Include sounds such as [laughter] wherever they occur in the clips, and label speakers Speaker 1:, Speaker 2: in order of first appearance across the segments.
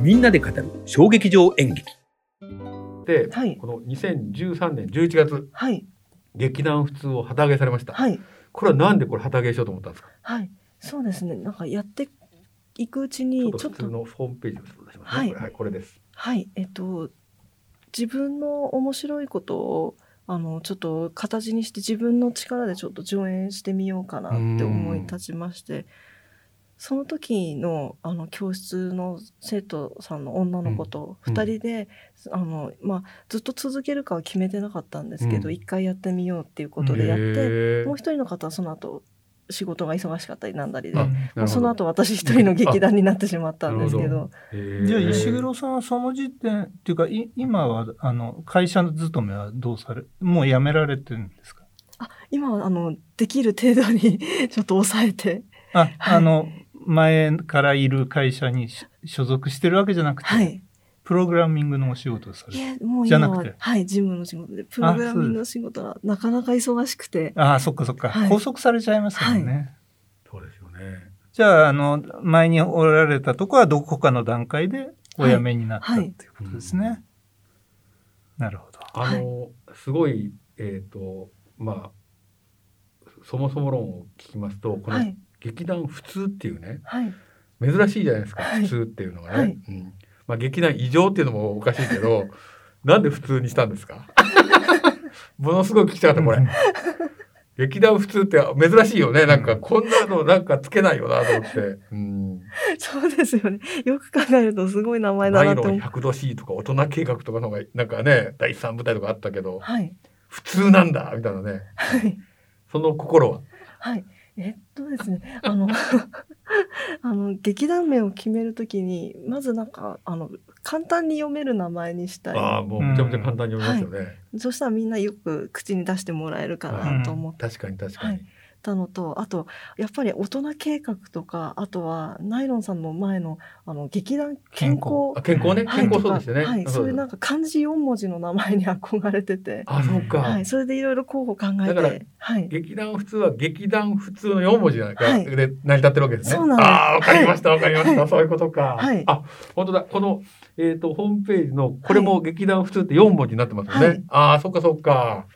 Speaker 1: みんなで語る小劇場演劇
Speaker 2: で、
Speaker 3: はい
Speaker 2: この2013年11月
Speaker 3: はい
Speaker 2: 劇団普通を旗揚げされました、
Speaker 3: はい
Speaker 2: これはなんでこれ旗揚げしようと思ったんですか
Speaker 3: はいそうですねなんかやっていくうち
Speaker 2: ちょ
Speaker 3: に
Speaker 2: っと
Speaker 3: ちょっ
Speaker 2: 普通
Speaker 3: と
Speaker 2: のホームページを出しますね、
Speaker 3: はい
Speaker 2: これはい、これです
Speaker 3: はいえっと自分の面白いことをあのちょっと形にして自分の力でちょっと上演してみようかなって思い立ちましてその時のあの教室の生徒さんの女の子と
Speaker 2: うん
Speaker 3: 2人で、あのまあ、ずっと続けるかは決めてなかったんですけど、
Speaker 2: うん
Speaker 3: 一回やってみようっていうことでやって、
Speaker 2: へー
Speaker 3: もう一人の方はその後仕事が忙しかったりなんだりで
Speaker 2: あ
Speaker 3: も
Speaker 2: なるほど
Speaker 3: うその後私一人の劇団になってしまったんです
Speaker 2: な
Speaker 3: け
Speaker 2: る
Speaker 3: ど
Speaker 2: へー
Speaker 4: じゃあ石黒さんはその時点っていうかい今はあの会社勤めはどうされもう辞められてるんですか
Speaker 3: あ今はあのできる程度に [laughs] ちょっと抑えて
Speaker 4: ああの前からいる会社にし所属してるわけじゃなくて、
Speaker 3: はい
Speaker 4: プログラミングのお仕事をされ
Speaker 3: い
Speaker 4: てる
Speaker 3: えもう
Speaker 4: じゃ
Speaker 3: 今
Speaker 4: なく
Speaker 3: は
Speaker 4: て
Speaker 3: はい事務の仕事でプログラミングの仕事はなかなか忙しくて
Speaker 4: ああそっかそっか、
Speaker 3: はい
Speaker 4: 拘束されちゃいますもんね、
Speaker 2: そうですよね
Speaker 4: じゃああの前におられたとこはどこかの段階でお辞めになったっていうことですね、
Speaker 2: はいはい
Speaker 4: なるほど
Speaker 2: あの、すごいえっ、とまあそもそも論を聞きますとこ
Speaker 3: は
Speaker 2: の
Speaker 3: い
Speaker 2: 劇団普通っていうね
Speaker 3: はい [laughs]
Speaker 2: 珍しいじゃないですか、
Speaker 3: はい
Speaker 2: 普通っていうのがね、
Speaker 3: はい
Speaker 2: うんまあ、劇団異常っていうのもおかしいけど [laughs] なんで普通にしたんです
Speaker 3: [laughs]
Speaker 2: かものすごい聞きたかったこれ、
Speaker 4: うん
Speaker 2: 劇団普通って珍しいよねなんかこんなのなんかつけないよなと思って、うん、
Speaker 3: そうですよねよく考えるとすごい名前だ
Speaker 2: ナ
Speaker 3: な
Speaker 2: イ
Speaker 3: と
Speaker 2: ロ
Speaker 3: 思
Speaker 2: ン
Speaker 3: う
Speaker 2: 100度 C とか大人計画とかの方がなんかね第三舞台とかあったけど
Speaker 3: はい
Speaker 2: 普通なんだみたいなね
Speaker 3: はい
Speaker 2: その心は
Speaker 3: はい。えっとですね、あの、 [laughs] あの、劇団名を決めるときに、まずなんか、あの、簡単に読める名前にした
Speaker 2: ああ
Speaker 3: い。
Speaker 2: もうめちゃめちゃ簡単に読みますよね、
Speaker 3: そしたらみんなよく口に出してもらえるかなと思っ
Speaker 2: 確かに確かに、
Speaker 3: はいたのと、あと、やっぱり大人計画とか、あとは、ナイロンさんの前の、あの、劇団健康。
Speaker 2: あ健康ね
Speaker 3: はい
Speaker 2: 健康そう
Speaker 3: とか
Speaker 2: ですよね、
Speaker 3: はい、そういうなんか漢字四文字の名前に憧れてて、
Speaker 2: あそうか、
Speaker 3: はい、それでいろいろ候補考え
Speaker 2: だから
Speaker 3: て、はい、
Speaker 2: 劇団普通は劇団普通の4文字が、
Speaker 3: はい
Speaker 2: で成り立ってるわけですね。
Speaker 3: そうなんです
Speaker 2: ああわかりましたわかりました、
Speaker 3: はい
Speaker 2: そういうことか。
Speaker 3: はい
Speaker 2: あ本当だこの、えー、とホームページのこれも劇団普通って4文字になってますよね。
Speaker 3: はい
Speaker 2: ああそっかそっか。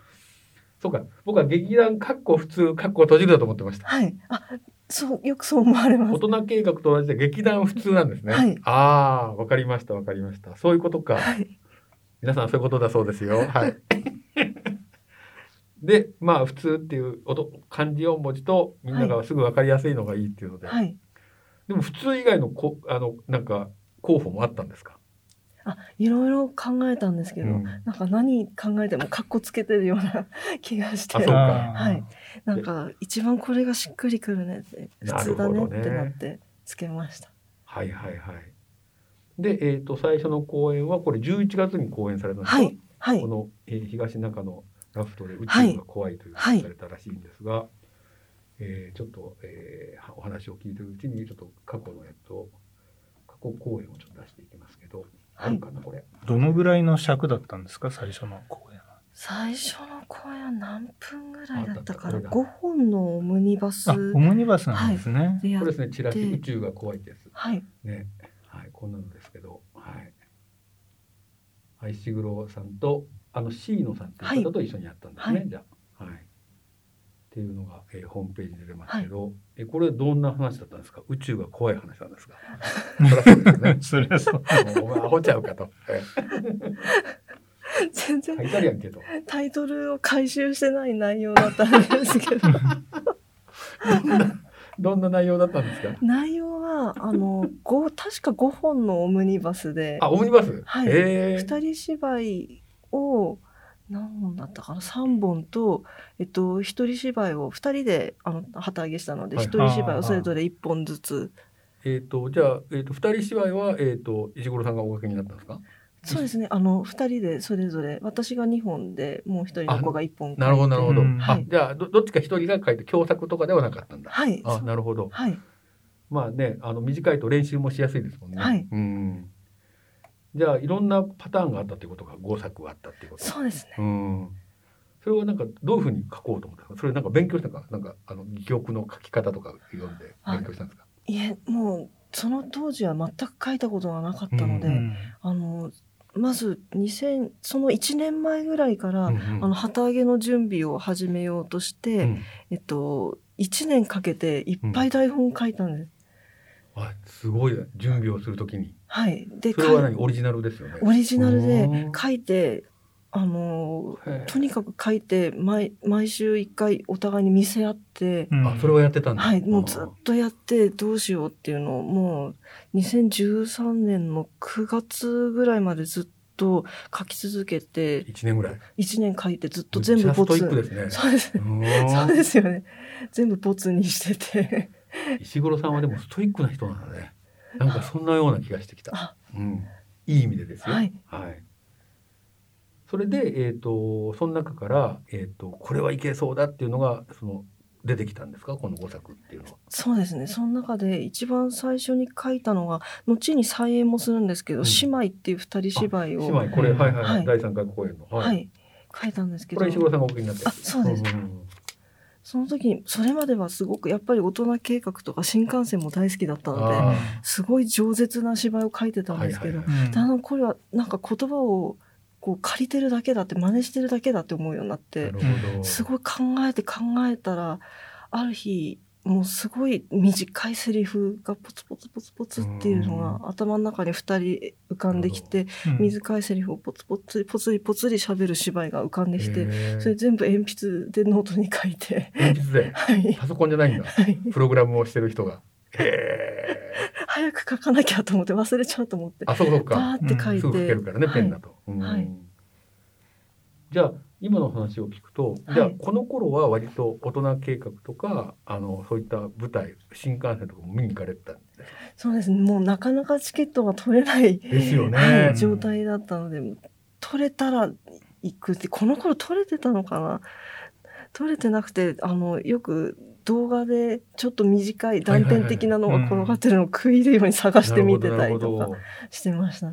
Speaker 2: そうか僕は劇団かっこ普通かっこ閉じるだと思ってました。
Speaker 3: はい、あ、そう、よくそう思われます
Speaker 2: 大。人計画と同じで劇団普通なんですね。
Speaker 3: はい
Speaker 2: ああわかりましたわかりましたそういうことか。
Speaker 3: はい。
Speaker 2: 皆さんそういうことだそうですよ。はい。で、まあ普通っていう音漢字4文字とみんながすぐ分かりやすいのがいいっていうので、
Speaker 3: はい。
Speaker 2: でも普通以外のこあのなんか候補もあったんですか。
Speaker 3: あ、いろいろ考えたんですけど、
Speaker 2: うん
Speaker 3: なんか何考えてもカッコつけてるような [laughs] 気がして
Speaker 2: あそうか、
Speaker 3: はいなんか一番これがしっくりくるねって普通だねってなってつけました。
Speaker 2: はいはいはい。で、えっ、と最初の公演はこれ11月に公演されたんですか。
Speaker 3: はいはい
Speaker 2: この、えー東中のラフトで宇宙が怖いという
Speaker 3: はい
Speaker 2: されたらしいんですが、えーちょっと、えーお話を聞いてるうちにちょっと過去のやつを過去公演をちょっと出していきますけど、あるかなこれ
Speaker 4: どのぐらいの尺だったんですか最初の公演は
Speaker 3: 最初の公演は何分ぐらいだったか
Speaker 2: あだ
Speaker 3: な
Speaker 2: った
Speaker 3: 5本のオムニバス
Speaker 4: あオムニバスなんですね、
Speaker 3: でや
Speaker 2: こ
Speaker 3: っ
Speaker 2: れですねチラシ
Speaker 3: で
Speaker 2: 宇宙が怖いです
Speaker 3: はい [laughs]
Speaker 2: ねはいこんなのですけどはいはい石黒さんとあの C 野さんっていう方と一緒にやったんですね、
Speaker 3: はい
Speaker 2: じゃあはいっていうのが、えーホームページに出てますけど、えこれはどんな話だったんですか宇宙が怖い話なん
Speaker 3: [laughs]
Speaker 2: ですかそりゃそうですね
Speaker 4: [laughs] それはそう
Speaker 2: もうお前アホちゃうかと。え
Speaker 3: 全然
Speaker 2: 書いてあるやんけと。
Speaker 3: タイトルを回収してない内容だったんです
Speaker 2: [laughs]
Speaker 3: けど
Speaker 2: どんな内容だったんですか。
Speaker 3: 内容はあの5確か5本のオムニバスで
Speaker 2: あ、オムニバス。
Speaker 3: はい
Speaker 2: ええ
Speaker 3: 二人芝居を何本だったかな3本と、えっと、一人芝居を2人であの旗揚げしたので
Speaker 2: はい
Speaker 3: 一人芝居をそれぞれ1本ずつ
Speaker 2: えっと、じゃあ、えっ、と、二人芝居は、えっ、と、石黒さんがお書きになったんですか。
Speaker 3: そうですねあの2人でそれぞれ私が2本でもう1人の子が1本
Speaker 2: なるほど、なるほど。
Speaker 4: うん
Speaker 2: あ
Speaker 3: はい、
Speaker 2: じゃあ、ど、どっちか一人が書いて、共作とかではなかったんだ。
Speaker 3: はい
Speaker 2: あ、
Speaker 3: そう
Speaker 2: なるほど。
Speaker 3: はい
Speaker 2: まあね、あの、短いと練習もしやすいですもんね。
Speaker 3: はい
Speaker 2: うん。じゃあ、いろんなパターンがあったということが、五作あったっていうこと。
Speaker 3: そうですね
Speaker 2: うん。それはなんかどういうふうに書こうと思ったんですか。それなんか勉強したんか、なんかあの戯曲の書き方とか読んで勉強したんですか。
Speaker 3: いえもうその当時は全く書いたことがなかったので、
Speaker 1: うん
Speaker 3: あのまず2000その1年前ぐらいから、
Speaker 1: うん
Speaker 3: あの旗揚げの準備を始めようとして、
Speaker 1: うん
Speaker 3: えっと、1年かけていっぱい台本を書いたんです。
Speaker 2: あすごい準備をするときに
Speaker 3: はい、で
Speaker 2: それは
Speaker 3: かい
Speaker 2: 何オリジナルですよね
Speaker 3: オリジナル
Speaker 1: う
Speaker 3: で
Speaker 1: ん
Speaker 3: 書いてあの
Speaker 2: へえ
Speaker 3: とにかく書いて毎毎週1回お互いに見せ合って、
Speaker 4: うん
Speaker 2: あそれはやってたんだ
Speaker 3: はい、もうずっとやってどうしようっていうのをもう2013年の9月ぐらいまでずっと書き続けて
Speaker 2: 1年ぐらい
Speaker 3: 1年書いてずっと全部
Speaker 2: ボ
Speaker 3: ボ
Speaker 2: ツスト
Speaker 3: ツ
Speaker 2: イックですね
Speaker 3: [laughs] そうです
Speaker 2: う
Speaker 3: そ
Speaker 2: ー
Speaker 3: うんですよね全部ボツにしてて
Speaker 2: 石黒さんはでもストイックな人なんだねなんかそんなような気がしてきた
Speaker 3: あ、
Speaker 2: うん、いい意味でですよ
Speaker 3: はい、
Speaker 2: それで、えー、とその中から、えー、とこれはいけそうだっていうのがその出てきたんですかこの5作っていうのは。
Speaker 3: そうですねその中で一番最初に書いたのが後に再演もするんですけど、
Speaker 2: うん
Speaker 3: 姉妹っていう二人芝居を
Speaker 2: 姉妹これ、はいはいはい
Speaker 3: はい
Speaker 2: 第3回公演の、はい
Speaker 3: はい、書いたんですけ
Speaker 2: こ
Speaker 3: ど
Speaker 2: れは石黒さんがお聞きになって
Speaker 3: あそうです
Speaker 2: ん
Speaker 3: その時にそれまではすごくやっぱり大人計画とか新幹線も大好きだったので
Speaker 2: あー
Speaker 3: すごい饒舌な芝居を書いてたんですけど、
Speaker 2: はいはいはい
Speaker 4: うん
Speaker 3: であの声はなんか言葉をこう借りてるだけだって真似してるだけだって思うようになっ
Speaker 2: な
Speaker 3: て
Speaker 2: るほど
Speaker 3: すごい考えて考えたらある日もうすごい短いセリフがポツポツポツポツっていうのが頭の中に2人浮かんできて
Speaker 4: うん
Speaker 3: 短いセリフをポツポツリポツリポツリ喋る芝居が浮かんでき
Speaker 2: へ
Speaker 3: て
Speaker 2: ー
Speaker 3: それ全部鉛筆でノートに書いて
Speaker 2: 鉛筆で
Speaker 3: はい
Speaker 2: パソコンじゃないんだ
Speaker 3: はい
Speaker 2: プログラムをしてる人が。へー
Speaker 3: 早く書かなきゃと思って忘れちゃうと思って
Speaker 2: あそうかそうか。
Speaker 3: バーって書い
Speaker 2: すぐ書け
Speaker 3: て
Speaker 2: るからね、ペンだと。うん
Speaker 3: はい
Speaker 2: じゃあ今の話を聞くと、
Speaker 3: はい
Speaker 2: じゃあこの頃は割と大人計画とかあのそういった舞台新幹線とかも見に行かれてたんです
Speaker 3: そうですねもうなかなかチケットが取れない
Speaker 2: ですよね。
Speaker 3: はい、状態だったので、取れたら行くってこの頃取れてたのかな取れてなくてあのよく動画でちょっと短い断片的なのが
Speaker 4: はいはいはい
Speaker 3: 転がってるのを食い入るように探して見てたり
Speaker 2: なる
Speaker 3: と
Speaker 2: ほどなる
Speaker 3: か
Speaker 2: ほど
Speaker 3: してました。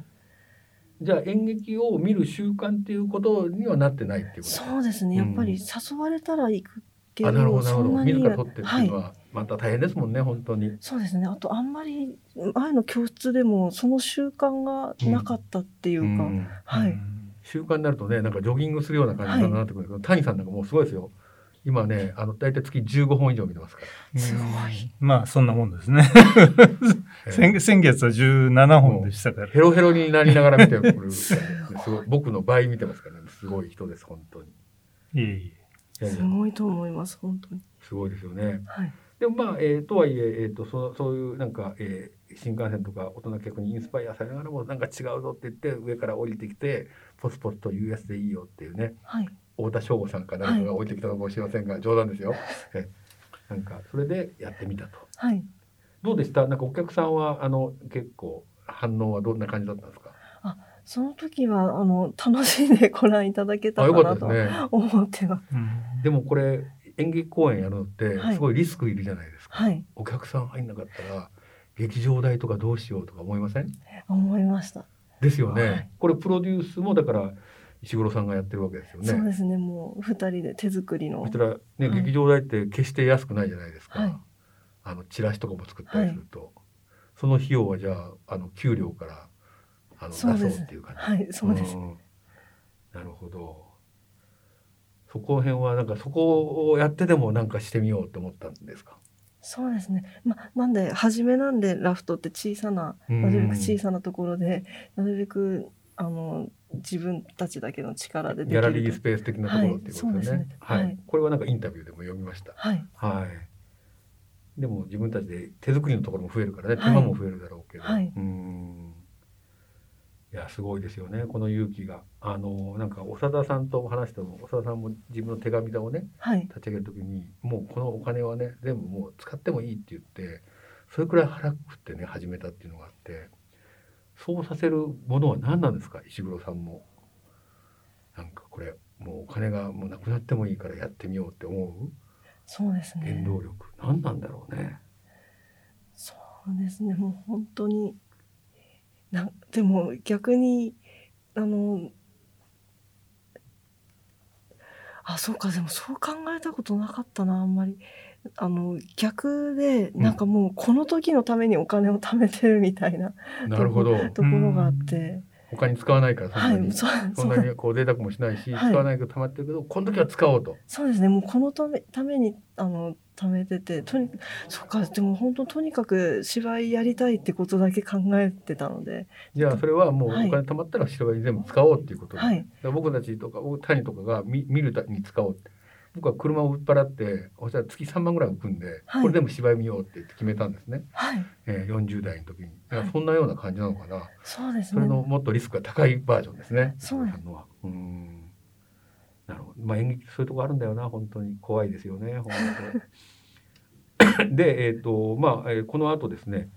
Speaker 2: じゃあ演劇を見る習慣っていうことにはなってないっていうこと
Speaker 3: そうですねやっぱり誘われたら行くけど、
Speaker 2: あなるほどなる
Speaker 3: そ
Speaker 2: ほ
Speaker 3: ん
Speaker 2: ど
Speaker 3: なに
Speaker 2: 自ら撮ってっていうの
Speaker 3: はい
Speaker 2: はまた大変ですもんね本当に。
Speaker 3: そうですねあとあんまり前の教室でもその習慣がなかったっていうか、
Speaker 2: うん
Speaker 3: はい、
Speaker 4: うん
Speaker 2: 習慣になるとねなんかジョギングするような感じになってくるんですけど、谷さんなんかもうすごいですよ今ねあの大体月15本以上見てますか
Speaker 3: すごい
Speaker 4: まあそんなもんですね。
Speaker 2: ら、え
Speaker 4: 先先月は17本でしたから
Speaker 2: ー。ヘロヘロになりながら見て
Speaker 3: [laughs]
Speaker 2: くるすごい僕の倍見てますからねすごい人です本当に
Speaker 4: いえい
Speaker 2: いやい
Speaker 3: す
Speaker 2: や
Speaker 3: ごいと思います本当に。
Speaker 2: すごいですよね
Speaker 3: はい
Speaker 2: でもまあ、えーとはいええー、とそそういうなんか、えー新幹線とか大人客にインスパイアされながらもなんか違うぞって言って上から降りてきてポツポツと US でいいよっていうね
Speaker 3: はい
Speaker 2: 太田省吾さんか誰かが置いてきたのかもしれませんが、冗談ですよ。えなんかそれでやってみたと。
Speaker 3: はい
Speaker 2: どうでした？なんかお客さんはあの結構反応はどんな感じだったんですか？
Speaker 3: その時はあの楽しんでご覧いただけ
Speaker 2: あ
Speaker 3: た
Speaker 2: よか
Speaker 3: かな
Speaker 2: った
Speaker 3: と
Speaker 2: ですね。
Speaker 3: 思ってます。
Speaker 4: え。うん
Speaker 2: でもこれ演劇公演やるのって
Speaker 3: はい
Speaker 2: すごいリスクいるじゃないですか。
Speaker 3: はい、
Speaker 2: お客さん入んなかったら劇場代とかどうしようとか思いません？
Speaker 3: 思いました。
Speaker 2: ですよね。
Speaker 3: はい
Speaker 2: これプロデュースもだから石黒さんがやってるわけですよ
Speaker 3: そう
Speaker 2: ね。
Speaker 3: ですね、もう二人で手作りの。
Speaker 2: そ
Speaker 3: は
Speaker 2: したらね、
Speaker 3: はい
Speaker 2: 劇場代って決して安くないじゃないですか。
Speaker 3: はい
Speaker 2: あのチラシとかも作ったりすると、その費用はじゃああの給料からあの出そ
Speaker 3: そううです
Speaker 2: っていう感じ。
Speaker 3: い、そうです。
Speaker 2: んなるほど。そこら辺はなんかそこをやってでもなんかしてみようと思ったんですか。
Speaker 3: そうですね。まあ、なんで、初めなんで、ラフトって小さな、
Speaker 2: うん
Speaker 3: なるべく小さなところで、なるべく、あの、自分たちだけの力ででき
Speaker 2: ギャ
Speaker 3: ると。
Speaker 2: ラリースペース的なところっていうことですよね。
Speaker 3: はいそうですねはい
Speaker 2: これはなんかインタビューでも読みました。
Speaker 3: はい、
Speaker 2: はい。でも自分たちで手作りのところも増えるからね、手
Speaker 3: はい
Speaker 2: 間も増えるだろうけど、
Speaker 3: はいう
Speaker 2: ーん。いやすごいですよね、この勇気が。あのなんか長田さんと話しても、長田さんも自分の手紙だをね、
Speaker 3: はい、
Speaker 2: 立ち上げるときに、もうこのお金はね、全部もう使ってもいいって言って、それくらい腹くくってね始めたっていうのがあって、そうさせるものは何なんですか、石黒さんも。なんかこれもうお金がもうなくなってもいいからやってみようって思う。
Speaker 3: そうです
Speaker 2: 原
Speaker 3: ね。
Speaker 2: 動力、何なんだろうね。
Speaker 3: そうですね、もう本当に。な、でも逆に、あの。あ、そうか、でもそう考えたことなかったな、あんまり。あの逆でなんかもうこの時のためにお金を貯めてるみたいな
Speaker 2: なるほど。
Speaker 3: ところがあって、
Speaker 2: 他に使わないからそん
Speaker 3: は
Speaker 2: なに、
Speaker 3: い、そう
Speaker 2: そ
Speaker 3: そ
Speaker 2: ん
Speaker 3: う
Speaker 2: なにこう贅沢もしないし、
Speaker 3: はい
Speaker 2: 使わないけど溜まってるけど、この時は使おうと。
Speaker 3: そうですねもうこのためためにあの貯めててとにそっかでも本当とにかく芝居やりたいってことだけ考えてたので
Speaker 2: じゃあそれはもうお
Speaker 3: はい
Speaker 2: 金貯まったら白バに全部使おうっていうことで、
Speaker 3: は
Speaker 2: だ
Speaker 3: い
Speaker 2: から僕たちとか僕谷とかが見見るたに使おうって僕は車を売っ払ってそしたら月3万ぐらい浮くんで、
Speaker 3: はい
Speaker 2: これでも芝居見ようって言って決めたんですね、
Speaker 3: はい
Speaker 2: えー、40代の時にだか
Speaker 3: は
Speaker 2: ら
Speaker 3: い
Speaker 2: そんなような感じなのかな、
Speaker 3: そうです
Speaker 2: それ
Speaker 3: ね
Speaker 2: のもっとリスクが高いバージョンですね
Speaker 3: そうです
Speaker 2: あのはうんなるほどまあ演劇そういうとこあるんだよな本当に怖いですよね本当
Speaker 3: [laughs]
Speaker 2: にでえっ、とまあ、えーこの後ですね、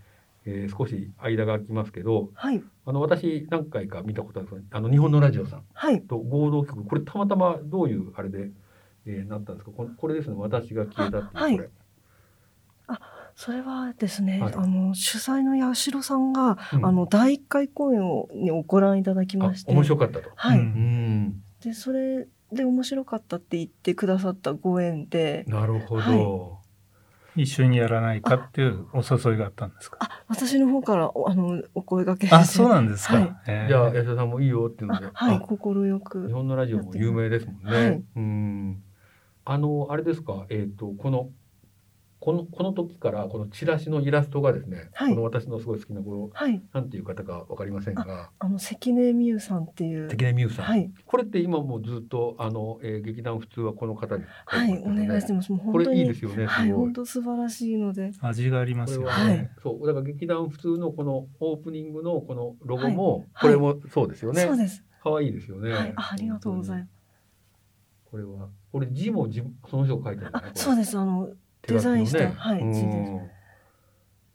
Speaker 2: えー少し間が空きますけど、
Speaker 3: はい
Speaker 2: あの私何回か見たことあるんですがあの日本のラジオさん
Speaker 3: はい
Speaker 2: と合同曲これたまたまどういうあれで、えーなったんですかこれこれですね私が消えたっていう
Speaker 3: あはい
Speaker 2: これ、
Speaker 3: それはですね、
Speaker 2: はい
Speaker 3: あの主催の八代さんが、
Speaker 2: うん
Speaker 3: あの第1回公演をにご覧いただきまして
Speaker 2: あ面白かったと。
Speaker 3: はい、
Speaker 4: うん
Speaker 2: うん
Speaker 3: でそれで面白かったって言ってくださったご縁で
Speaker 2: なるほど、
Speaker 4: 一緒にやらないかっていうお誘いがあったんですか。
Speaker 3: あ私の方からおあのお声掛けして
Speaker 4: あ、そうなんですか。
Speaker 3: はい
Speaker 4: えー
Speaker 2: じゃあ安田さんもいいよっていうので
Speaker 3: あはい
Speaker 2: あ
Speaker 3: 快
Speaker 2: 日
Speaker 3: く
Speaker 2: 本のラジオも有名ですもんね。
Speaker 3: はい
Speaker 2: うんあのあれですかえっ、とこのこのこの時からこのチラシのイラストがですね、
Speaker 3: はい
Speaker 2: この私のすごい好きな頃
Speaker 3: はい
Speaker 2: なんていう方かわかりませんが
Speaker 3: あの関根美優さんっていう
Speaker 2: 関根美優さん、
Speaker 3: はい
Speaker 2: これって今もずっとあの、えー劇団普通はこの方に、
Speaker 3: はいお願いしてますもう
Speaker 2: こ
Speaker 3: 本当
Speaker 2: れ
Speaker 3: に
Speaker 2: いいですよね。
Speaker 3: はい
Speaker 2: すご
Speaker 3: 本
Speaker 2: い。
Speaker 3: 当素晴らしいので
Speaker 4: 味がありま
Speaker 2: これ
Speaker 4: すよね。
Speaker 2: は、
Speaker 3: は
Speaker 2: ね
Speaker 3: い
Speaker 2: そうだから劇団普通のこのオープニングのこのロゴも、
Speaker 3: はいはい
Speaker 2: これもそうですよね
Speaker 3: そう。です
Speaker 2: 可愛いですよね、
Speaker 3: はいあありがとうございます
Speaker 2: これはこれ字も字もその人が書いてるんだ
Speaker 3: あ
Speaker 2: ね。
Speaker 3: そうですあのデザインしたはい字です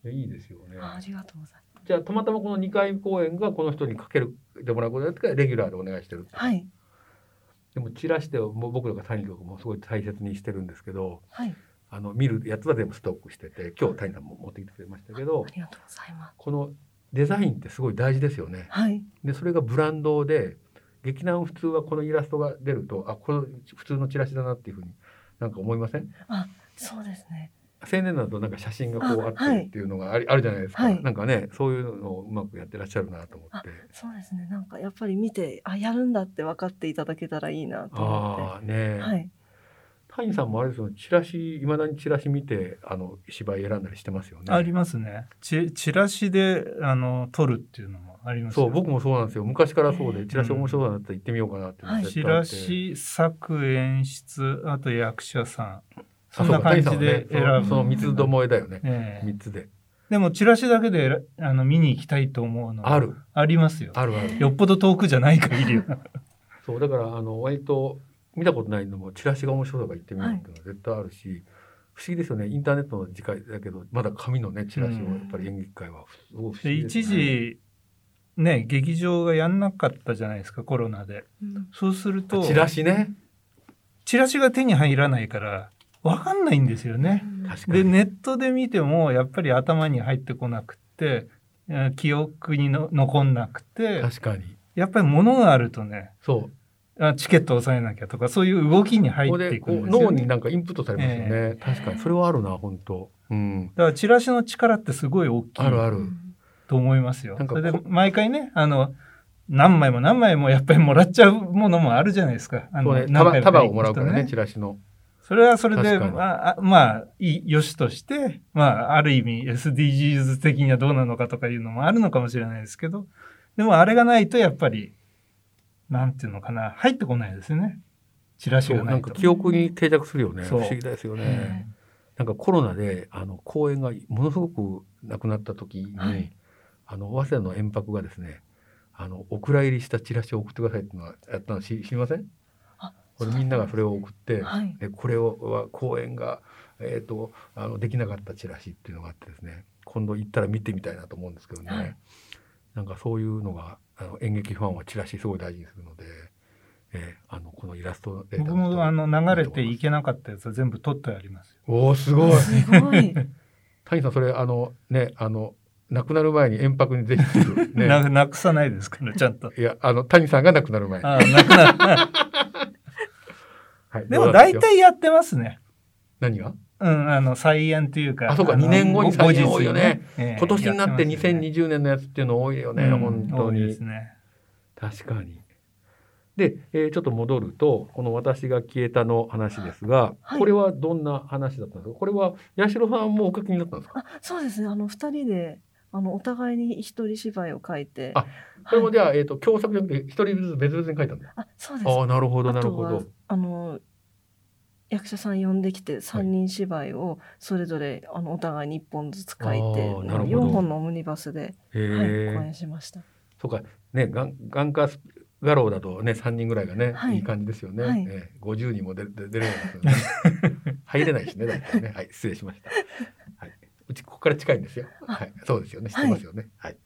Speaker 2: す。いいですよね。
Speaker 3: あありがとうございます
Speaker 2: じゃあたまたまこの2回公演がこの人にかけるでもらうことだったからレギュラーでお願いしてる。
Speaker 3: はい
Speaker 2: でもチラシでもう僕らが谷君もすごい大切にしてるんですけど、
Speaker 3: はい
Speaker 2: あの見るやつは全部ストックしてて今日谷さんも持ってきてくれましたけど
Speaker 3: ありがとうございます
Speaker 2: このデザインってすごい大事ですよね。
Speaker 3: はい
Speaker 2: でそれがブランドで劇団普通はこのイラストが出るとあこれ普通のチラシだなっていうふうになんか思いません
Speaker 3: そうですね
Speaker 2: 青年だとなんか写真がこうあ
Speaker 3: あ
Speaker 2: ってるっていうのがありあるじゃないですか、
Speaker 3: はい
Speaker 2: なんかねそういうのをうまくやってらっしゃるなと思っ
Speaker 3: あ
Speaker 2: て。
Speaker 3: そうですねなんかやっぱり見てあやるんだって分かっていただけたらいいなと思
Speaker 2: ああね
Speaker 3: ってはい
Speaker 2: 谷さんもあれですよねチラシいまだにチラシ見てあの芝居選んだりしてますよね。
Speaker 4: ありますね。チチラシであの撮るっていうのもありますよ
Speaker 2: そう僕もそうなんですよ昔からそうで
Speaker 3: うん
Speaker 2: チラシ面白そうだなって行ってみようかなっていうのが
Speaker 3: はい
Speaker 2: 絶
Speaker 4: チ
Speaker 2: 対あ
Speaker 4: ラ
Speaker 2: って
Speaker 4: シ作演出あと役者さん
Speaker 2: あ
Speaker 4: そん
Speaker 2: そう
Speaker 4: な
Speaker 2: か
Speaker 4: 感
Speaker 2: 谷
Speaker 4: じ
Speaker 2: さんはね
Speaker 4: で選ぶ、
Speaker 2: そのその三つどもえだよね
Speaker 4: ええ
Speaker 2: 三つで
Speaker 4: でもチラシだけでえらあの見に行きたいと思うの
Speaker 2: ある
Speaker 4: ありますよ
Speaker 2: あるある
Speaker 4: よっぽど遠くじゃない限りは
Speaker 2: そうだからあの割と見たことないのもチラシが面白いから行ってみようっていうのは絶対あるし、不思議ですよねインターネットの時代だけどまだ紙のねチラシをやっぱり演劇界はすごい不思
Speaker 4: で
Speaker 2: 議です、ね、
Speaker 4: 一時ね劇場がやんなかったじゃないですかコロナで
Speaker 3: うん
Speaker 4: そうすると
Speaker 2: チラシね
Speaker 4: チラシが手に入らないからわかんないんですよね
Speaker 2: 確かに
Speaker 4: でネットで見てもやっぱり頭に入ってこなくってえー記憶にの残んなくて
Speaker 2: 確かに
Speaker 4: やっぱり物があるとね
Speaker 2: そう
Speaker 4: あチケットを押さえなきゃとかそういう動きに入
Speaker 2: ここ
Speaker 4: っ
Speaker 2: で
Speaker 4: ていく
Speaker 2: こ
Speaker 4: ん
Speaker 2: う
Speaker 4: ですよ、
Speaker 2: 脳
Speaker 4: ね、
Speaker 2: になんかインプットされますよね、確かにそれはあるな本当うん
Speaker 4: だからチラシの力ってすごい大きい
Speaker 2: あるある、
Speaker 4: と思いますよ
Speaker 2: なん。か
Speaker 4: それで
Speaker 2: こ
Speaker 4: 毎回ねあの何枚も何枚もやっぱりもらっちゃうものもあるじゃないですか。あ
Speaker 2: そ
Speaker 4: の
Speaker 2: うね
Speaker 4: 何
Speaker 2: 束
Speaker 4: 回
Speaker 2: 束
Speaker 4: 行
Speaker 2: を
Speaker 4: く
Speaker 2: もらうからね
Speaker 4: と
Speaker 2: チラシの
Speaker 4: それはそれで、
Speaker 2: 確かに
Speaker 4: まあ、あまあ、いいよしとして、まあ、ある意味 SDGs 的にはどうなのかとかいうのもあるのかもしれないですけど、でもあれがないとやっぱり、なんていうのかな、入ってこないですよね。チラシ
Speaker 2: そう
Speaker 4: が
Speaker 2: な
Speaker 4: なんい
Speaker 2: か
Speaker 4: と。
Speaker 2: 記憶に定着するよね不
Speaker 4: そう
Speaker 2: 思議ですよね、
Speaker 4: え
Speaker 2: なんかコロナであの公演がものすごくなくなった時に、
Speaker 3: はい
Speaker 2: あの早稲田の遠泊がですねあのお蔵入りしたチラシを送ってくださいっていうのはやったのし知りません
Speaker 3: あ
Speaker 2: これみんながそれを送って、
Speaker 3: はい
Speaker 2: でこれをは公演が、えー、とあのできなかったチラシっていうのがあってですね今度行ったら見てみたいなと思うんですけどね、
Speaker 3: はい
Speaker 2: なんかそういうのがあの演劇ファンはチラシすごい大事にするので、えーあのこのイラストデータ
Speaker 4: 僕
Speaker 2: の人
Speaker 4: もあの流れていけなかったやつは全部取ってありますよ。
Speaker 2: おおすごい
Speaker 3: すごい
Speaker 2: 谷さんそれあのねあの亡くなる前に遠泊にぜひ来る
Speaker 4: [laughs] な
Speaker 2: ね
Speaker 4: なくさないで
Speaker 2: [laughs]
Speaker 4: すから、ちゃんと。
Speaker 2: いやあの谷さんが亡くなる前に、は
Speaker 4: ああなく
Speaker 2: [laughs]
Speaker 4: な
Speaker 2: い、
Speaker 4: でも
Speaker 2: どうなん
Speaker 4: 大
Speaker 2: すよ
Speaker 4: 体やってますね。
Speaker 2: 何が
Speaker 4: うん、あの再演というか、
Speaker 2: あそうか
Speaker 4: の
Speaker 2: 2年後に再演多いよね。
Speaker 4: 後日ええ
Speaker 2: 今年になって
Speaker 4: やますよね
Speaker 2: 2020年のやつっていうの多いよね、
Speaker 4: うん
Speaker 2: 本当
Speaker 4: 多いで
Speaker 2: に
Speaker 4: す。ね。
Speaker 2: 確かに。で、えーちょっと戻ると、この私が消えたの話ですが、
Speaker 3: はい
Speaker 2: これはどんな話だったんですかこれは、八代さんもお書きになったんですか
Speaker 3: あそうですねあの二人であのお互いに一人芝居を書いて
Speaker 2: あそれも
Speaker 3: はい
Speaker 2: じゃあ、えっ、と、共作じゃなくて、一人ずつ別々に書いたんだ。
Speaker 3: あそうです
Speaker 2: ああ、なるほど、な
Speaker 3: あ
Speaker 2: る
Speaker 3: と
Speaker 2: ほ
Speaker 3: は
Speaker 2: ど。
Speaker 3: あの役者さん呼んできて3人芝居をそれぞれ、あのお互いに1本ずつ書いて
Speaker 2: あーなるほど
Speaker 3: 4本のオムニバスで、
Speaker 2: へ
Speaker 3: は
Speaker 2: え
Speaker 3: い、公演しました、
Speaker 2: そうか、ね、がん、眼科画廊だとね、三人ぐらいがね、、
Speaker 3: はいい
Speaker 2: い感じですよね。
Speaker 3: はい
Speaker 2: ええ50人も出出出れない [laughs] ですよね。入れないしね、だってね、はい、失礼しました。はい、うちここから近いんですよ。はい、そうですよね、知ってますよね。はい。